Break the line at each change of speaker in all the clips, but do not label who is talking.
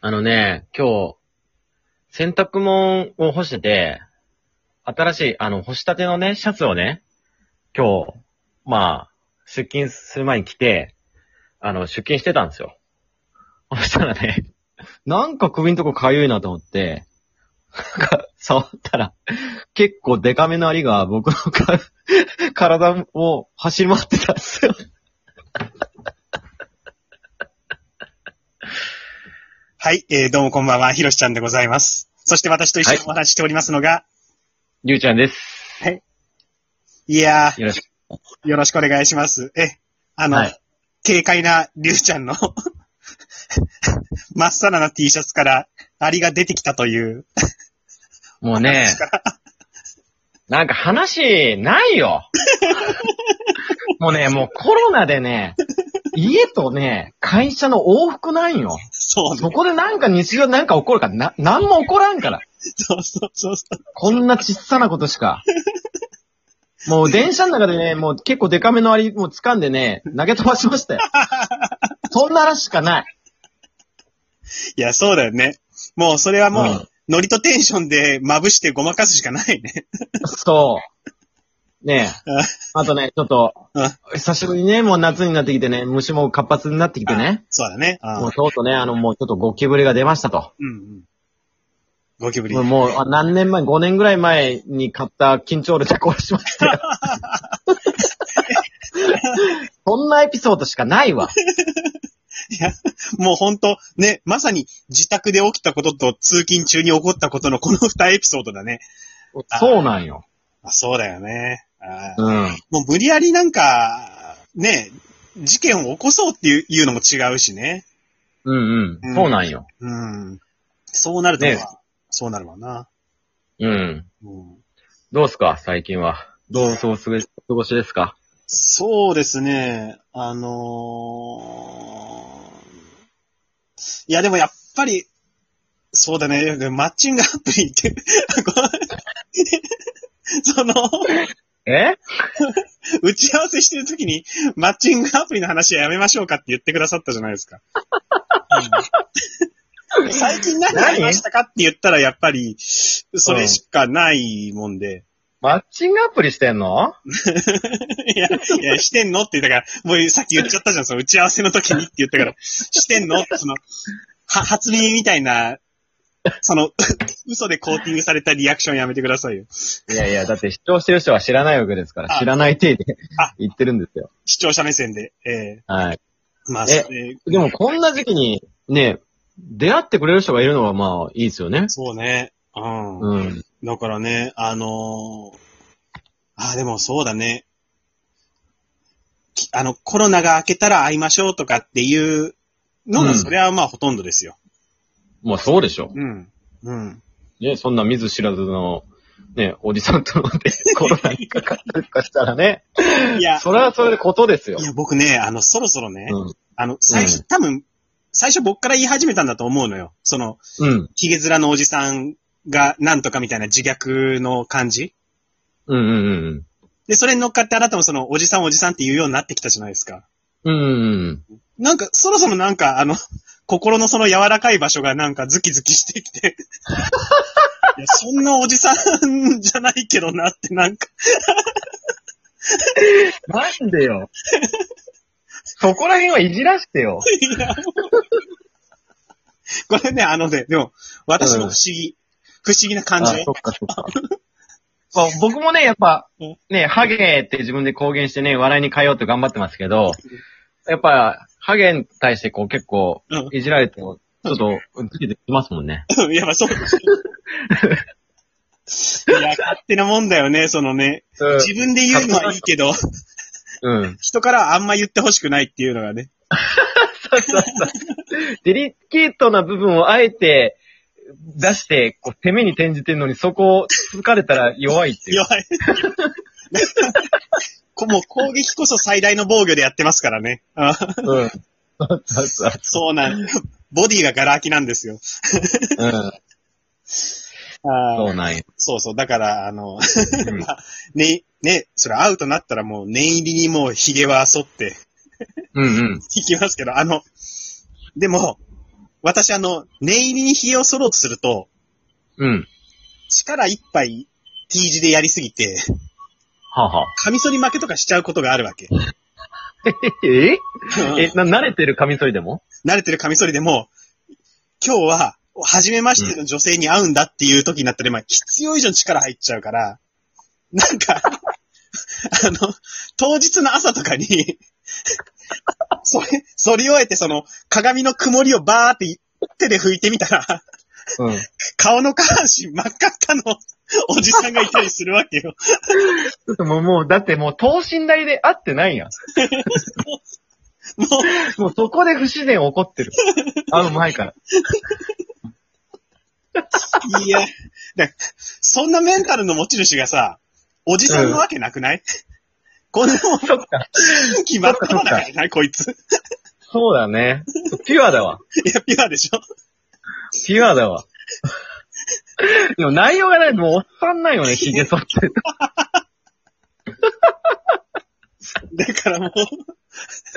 あのね、今日、洗濯物を干してて、新しい、あの、干したてのね、シャツをね、今日、まあ、出勤する前に着て、あの、出勤してたんですよ。 そしたらね、なんか首のとこかゆいなと思って、なんか、触ったら、結構デカめのアリが僕のか 体を走り回ってたんですよ。
はい、えーどうもこんばんは、ひろしちゃんでございます。そして私と一緒にお話ししておりますのが、
りゅうちゃんです。
い、や
よろしく。
ー、よろしくお願いします。え、あの、
はい
軽快なりゅうちゃんの、 まっさらな T シャツから、アリが出てきたという。
もうね、なんか話ないよ。もうね、もうコロナでね、家とね、会社の往復ないよ。
そう
そ
ね。
こでなんか日常なんか起こるから、な、なんも起こらんから。
そうそうそうそう。
こんなちっさなことしか。もう電車の中でね、もう結構デカめのアリ、もう掴んでね、投げ飛ばしましたよ。そんならしかない。
いや、そうだよね。もう、それはもう、
うん
ノリとテンションでまぶしてごまかすしかないね。
そう。ねえ。あとね、ちょっと
うん、
久しぶりにね、もう夏になってきてね、虫も活発になってきてね。
そうだね。あ
も
ー
うとうとうね、あの、もうちょっとゴキブリが出ましたと。
うんうん。ゴキブリ。
もうもうあ何年前、5年ぐらい前に買った緊張ルで殺しま したよ。そんなエピソードしかないわ。
もうほんと、ね、まさに自宅で起きたことと通勤中に起こったことのこ の二エピソードだね。
そうなんよ。
あそうだよね。あ
う
ー
ん。
もう無理やりなんか、ね、事件を起こそうっていういうのも違うしね。
うんう。
うんん
そうなんよ。
うん。そうなると、
ね
そうなるわな。
うん。
うん、
どうすか、最近は。どうお過ごし過ごしですか
そうですね。あのー、いやでもやっぱり、そうだね。マッチングアプリって、 このその、
え
打ち合わせしてるときに、マッチングアプリの話はやめましょうかって言ってくださったじゃないですか。うん最近何やりましたかって言ったら、やっぱり、それしかないもんで。
マッチングアプリしてんの
いや、いや、してんのって言ったから、もうさっき言っちゃったじゃん、その打ち合わせの時にって言ったから、してんのってその、は、初耳みたいな、その、 嘘でコーティングされたリアクションやめてくださいよ。
いやいや、だって視聴してる人は知らないわけですから、
あ
知らない体で
あ
言ってるんですよ。
視聴者目線で。え
はい。
ー、まあ、
え
それ
でもこんな時期にね、出会ってくれる人がいるのはまあいいですよね。
そうね。うん。
うん。
だからね、あのーあー、でもそうだね。きあの、コロナが明けたら会いましょうとかっていうのが、
うん
それはまあほとんどですよ。
まあそうでしょ
うん。うん。
う。ね、そんな見ず知らずの、ね、おじさんと のでコロナにかかったりとかしたらね、
いや、
それはそれでことですよ
い。や僕ね、あの、そろそろね、
うん。
あの、最
う
初、多分、最初僕から言い始めたんだと思うのよ。その、
うん。
ヒゲ面のおじさんがなんとかみたいな自虐の感じ。
うんうんうん
で、それに乗っかってあなたもその、おじさんおじさんって言うようになってきたじゃないですか。
うん。うんうん
なんか、そろそろなんか、あの、 心のその柔らかい場所がなんかズキズキしてき て。いやそんなおじさんじゃないけどなって、なんか、
なんでよ。そこら辺はいじらしてよ。
いやこれね、あのね、でも、私も不思議、不思議な感
あ、
じ
そっかそっか。 そう僕もね、やっぱ
うん、
ね、ハゲって自分で公言してね、笑いに変えようと頑張ってますけど、やっぱ、ハゲに対してこう結構
うん、
いじられても、ちょっと、つけてきますもんね。
うん、い や、まあそうですよいや、勝手なもんだよね、そのね。自分で言うのはいいけど、
うん。
人からあんま言ってほしくないっていうのがね。
そうそうそう。デリケートな部分をあえて出して、こう、攻めに転じてるのに、そこを突かれたら弱いっていう。
弱い。こ もう攻撃こそ最大の防御でやってますからね。あ
うん。そうそうそう。
そうなん。ボディがガラ空きなんですよ。
うん。
あ
そ
ー
うなんや。
そうそう。だから、あ
う
の、
ん
ね、ね、それアウトになったらもう念入りにもうヒゲは剃って
うんうん。
いきますけど、あの、でも、私あの、念入りに髭を剃ろうとすると、
うん。
力いっぱい T 字でやりすぎて、
はあ、はあ。
カミソリ負けとかしちゃうことがあるわけ。
え え、な、慣れてるカミソリでも
慣れてるカミソリでも、今日は、初めましての女性に会うんだっていう時になったら、まあ、必要以上に力入っちゃうから、なんか、 あの、当日の朝とかに、それ、そり終えてその、鏡の曇りをバーって手で拭いてみたら、
うん。
顔の下半身真っ赤っかのおじさんがいたりするわけよ。
ちょっともう、もう、だってもう等身大で会ってないやん。
もう、
もうそこで不自然起こってる。会う前から。
いや、だそんなメンタルの持ち主がさ、おじさんのわけなくない、 こんなもん、
そっか。
決まったのだからない、こいつ。
そうだね。ピュアだわ。
いや、ピュアでしょ
ピュアだわ。でも内容がないともうおっさんないよね、髭剃って。
だからもう、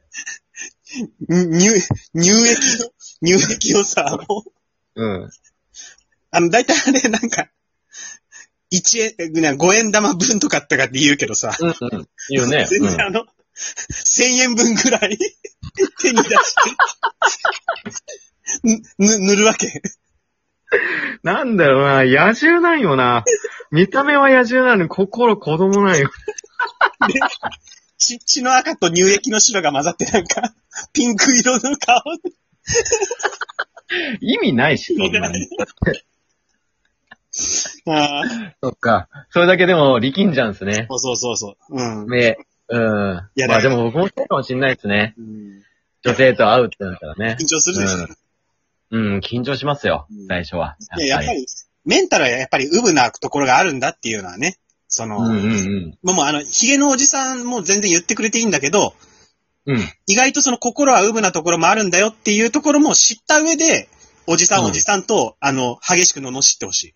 に乳、乳液を、乳液をさ、もう、
うん。
あの、だいたいあれ、なんか、1円、な5円玉分とかってかって言うけどさ、
うんうん。言うね。
全然あの、1000円分ぐらい 手に出して、 ぬ、ぬ塗るわけ。
うんなんだろうな、野獣なんよな。見た目は野獣なのに心子供なんよ。
血、血の赤と乳液の白が混ざってなんか、ピンク色の顔
意味ないし、そんなに。
ああ、
そっか。それだけでも力んじゃうんですね。
そうそうそうそう。うん。
ね。うん。
いや
まあ
だか
で
ら
も僕もそうかもしんないですね。
うん
女性と会うってなったらね。
緊張するでしょ。
うん、緊張しますよ
うん、
最初は。
いや、やっぱ。り、メンタルはやっぱりウブなところがあるんだっていうのはね、その、
うんうん
もうもうあの、ヒゲのおじさんも全然言ってくれていいんだけど、
うん。うん。
意外とその心はウブなところもあるんだよっていうところも知った上で、おじさん
うん
おじさんと、あの、激しく罵ってほしい。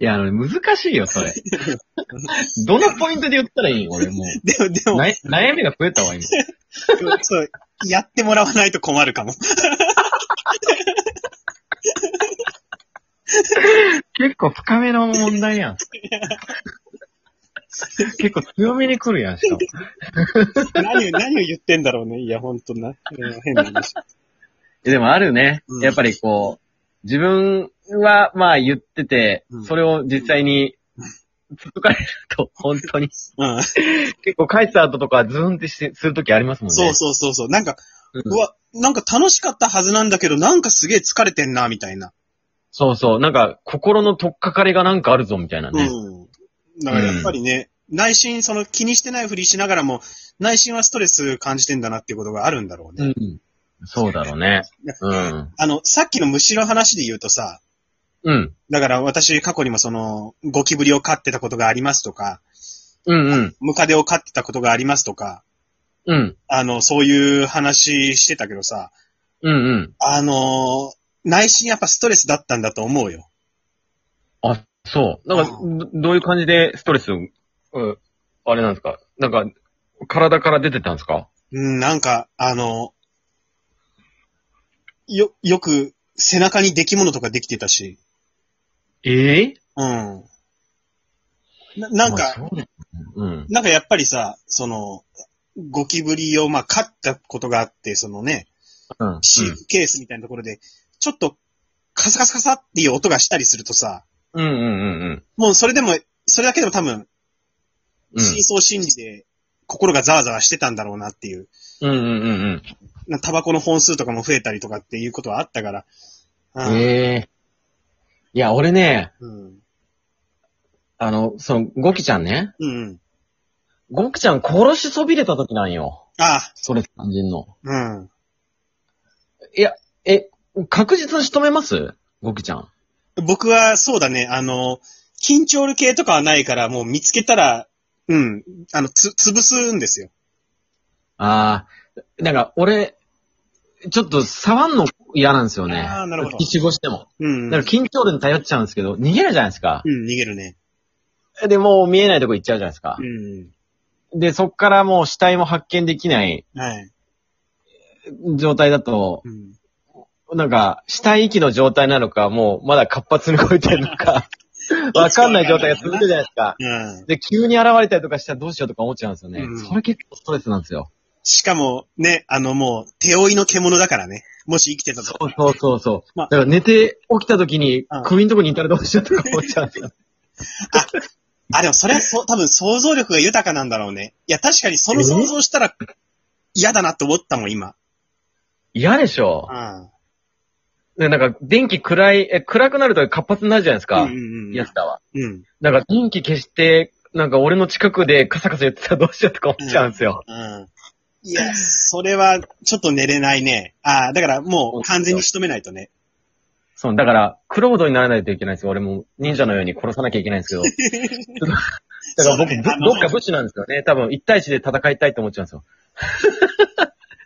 いや、あの、難しいよ、そ れ。どのポイントで言ったらいい俺もう。
でも、でも、
な悩みが増えたわ、今。
そう、やってもらわないと困るかも。
結構深めの問題 やん。結構強めに来るやん、しかも。
何を、何を言ってんだろうね。いや、ほんとな。うん変な話。
えでもあるね
う。ん
やっぱりこう、自分はまあ言ってて
う、ん
それを実際に、つつかれる と、本当に。
うん。
結構帰った後とか、ズーンってして、するときありますもんね。
そうそうそうそう。なんか、
うん
うわ、なんか楽しかったはずなんだけど、なんかすげえ疲れてんな、みたいな。
そうそう。なんか、心のとっかかりがなんかあるぞ、みたいなね。
うん。だからやっぱりね、内心その気にしてないふりしながらも、内心はストレス感じてんだなっていうことがあるんだろうね。
うん。そうだろうね。うん。
あの、さっきの虫の話で言うとさ、
うん。
だから私過去にもその、ゴキブリを飼ってたことがありますとか、
うんうん。
ムカデを飼ってたことがありますとか、
うん。
あの、そういう話してたけどさ、
うんうん。
あの、内心やっぱストレスだったんだと思うよ。
あ、そう。なんか、どどういう感じでストレス、うん、あれなんですかなんか、体から出てたんですか
うん、なんか、あの、よ、よく背中に出来物とかできてたし、
ええ
うん。ななん
まあ
か、
そうだよねうん。
なんかやっぱりさ、その、ゴキブリを、まあ、飼ったことがあって、そのね、
うん。うん
飼育ケースみたいなところで、ちょっと、カサカサカサっていう音がしたりするとさ、
うんうんうんうん。
もうそれでも、それだけでも多分、
うん
真相心理で、心がざわざわしてたんだろうなっていう。
うんうんうん
なタバコの本数とかも増えたりとかっていうことはあったから。
う。
うんん
ええいや、俺ね、
うん。
あの、その、ゴキちゃんね。
うん。
ゴキちゃん殺しそびれた時なんよ。
あ、
ストレス感じんの。
うん。
え、確実に仕留めますゴキちゃん。
僕はそうだね、あの、緊張る系とかはないから、もう見つけたら、うん、あの、つ、潰すんですよ。
ああ、なんか俺、ちょっと触んの嫌なんですよね。
あーなるほど
七五しても。
うん。う
だから
ん、
緊張度に頼っちゃうんですけど、逃げるじゃないですか。
逃げるね。
で、もう見えないとこ行っちゃうじゃないですか
う。ん。
で、そっからもう死体も発見できない
はい。
状態だと、
うん。
なんか、死体遺棄の状態なのか、もう、まだ活発に動いてるの か、わかんない状態が続くじゃないですか。
うん。
で、急に現れたりとかしたらどうしようとか思っちゃうんですよね。
うん
それ結構ストレスなんですよ。
しかも、ね、あのもう、手負いの獣だからね。もし生きてたと。
そうそうそうそう。
まあ
だから寝て起きた時に
うん、
首のとこにいたらどうしようとか思っちゃうんですよ。
あ、でもそれはそう、多分想像力が豊かなんだろうね。いや、確かにその想像したら嫌だなって思ったもん、今。
嫌でしょ
うん。
でなんか、電気暗い、え、暗くなると活発になるじゃないですか。
うんうんうん。
やつだわ。
うん。
なんか、電気消して、なんか俺の近くでカサカサやってたらどうしようとか思っちゃうんですよ。
うん。いや、それはちょっと寝れないね。ああ、だからもう完全に仕留めないとね。
そう、だから、クロードにならないといけないんですよ。俺も忍者のように殺さなきゃいけないんですけど。 だから僕、
そ
ぶ
うだねあの
どっか武士なんですよね。多分、一対一で戦いたいと思っちゃうんですよ。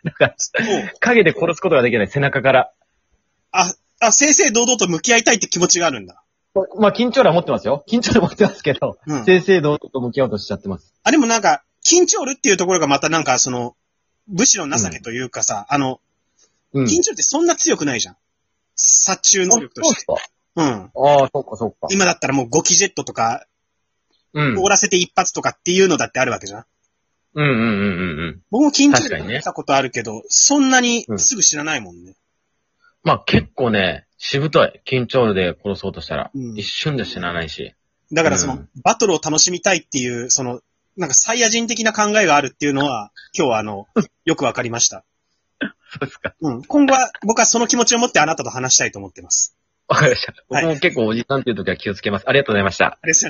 なんか、
もう、
影で殺すことができない、背中から。
あ、あ、正々堂々と向き合いたいって気持ちがあるんだ。
まあ、緊張ら持ってますよ。緊張ら持ってますけど、
うん。
正々堂々と向き合おうとしちゃってます。
あ、でもなんか、緊張るっていうところがまたなんか、その、武士の情けというかさ、あの、
うん。
緊張ってそんな強くないじゃん。殺虫能力と
そうっ
して。
すか
うん。
ああ、そっかそっか。
今だったらもうゴキジェットとか、
うん。
凍らせて一発とかっていうのだってあるわけじゃん。
うんうんうんうんうん。
僕も緊張
確かにね
力したことあるけど、そんなにすぐ知らないもんね。
まあ、結構ね、しぶとい。緊張で殺そうとしたら。
うん
一瞬で死なないし。
だからそうの
ん、
バトルを楽しみたいっていう、その、なんかサイヤ人的な考えがあるっていうのは、今日は あの、よくわかりました。
そうですか。
うん。今後は僕はその気持ちを持ってあなたと話したいと思ってます。
わかりました。
はい
僕も結構おじさんっていう時は気をつけます。ありがとうございました。
ありがとうございました。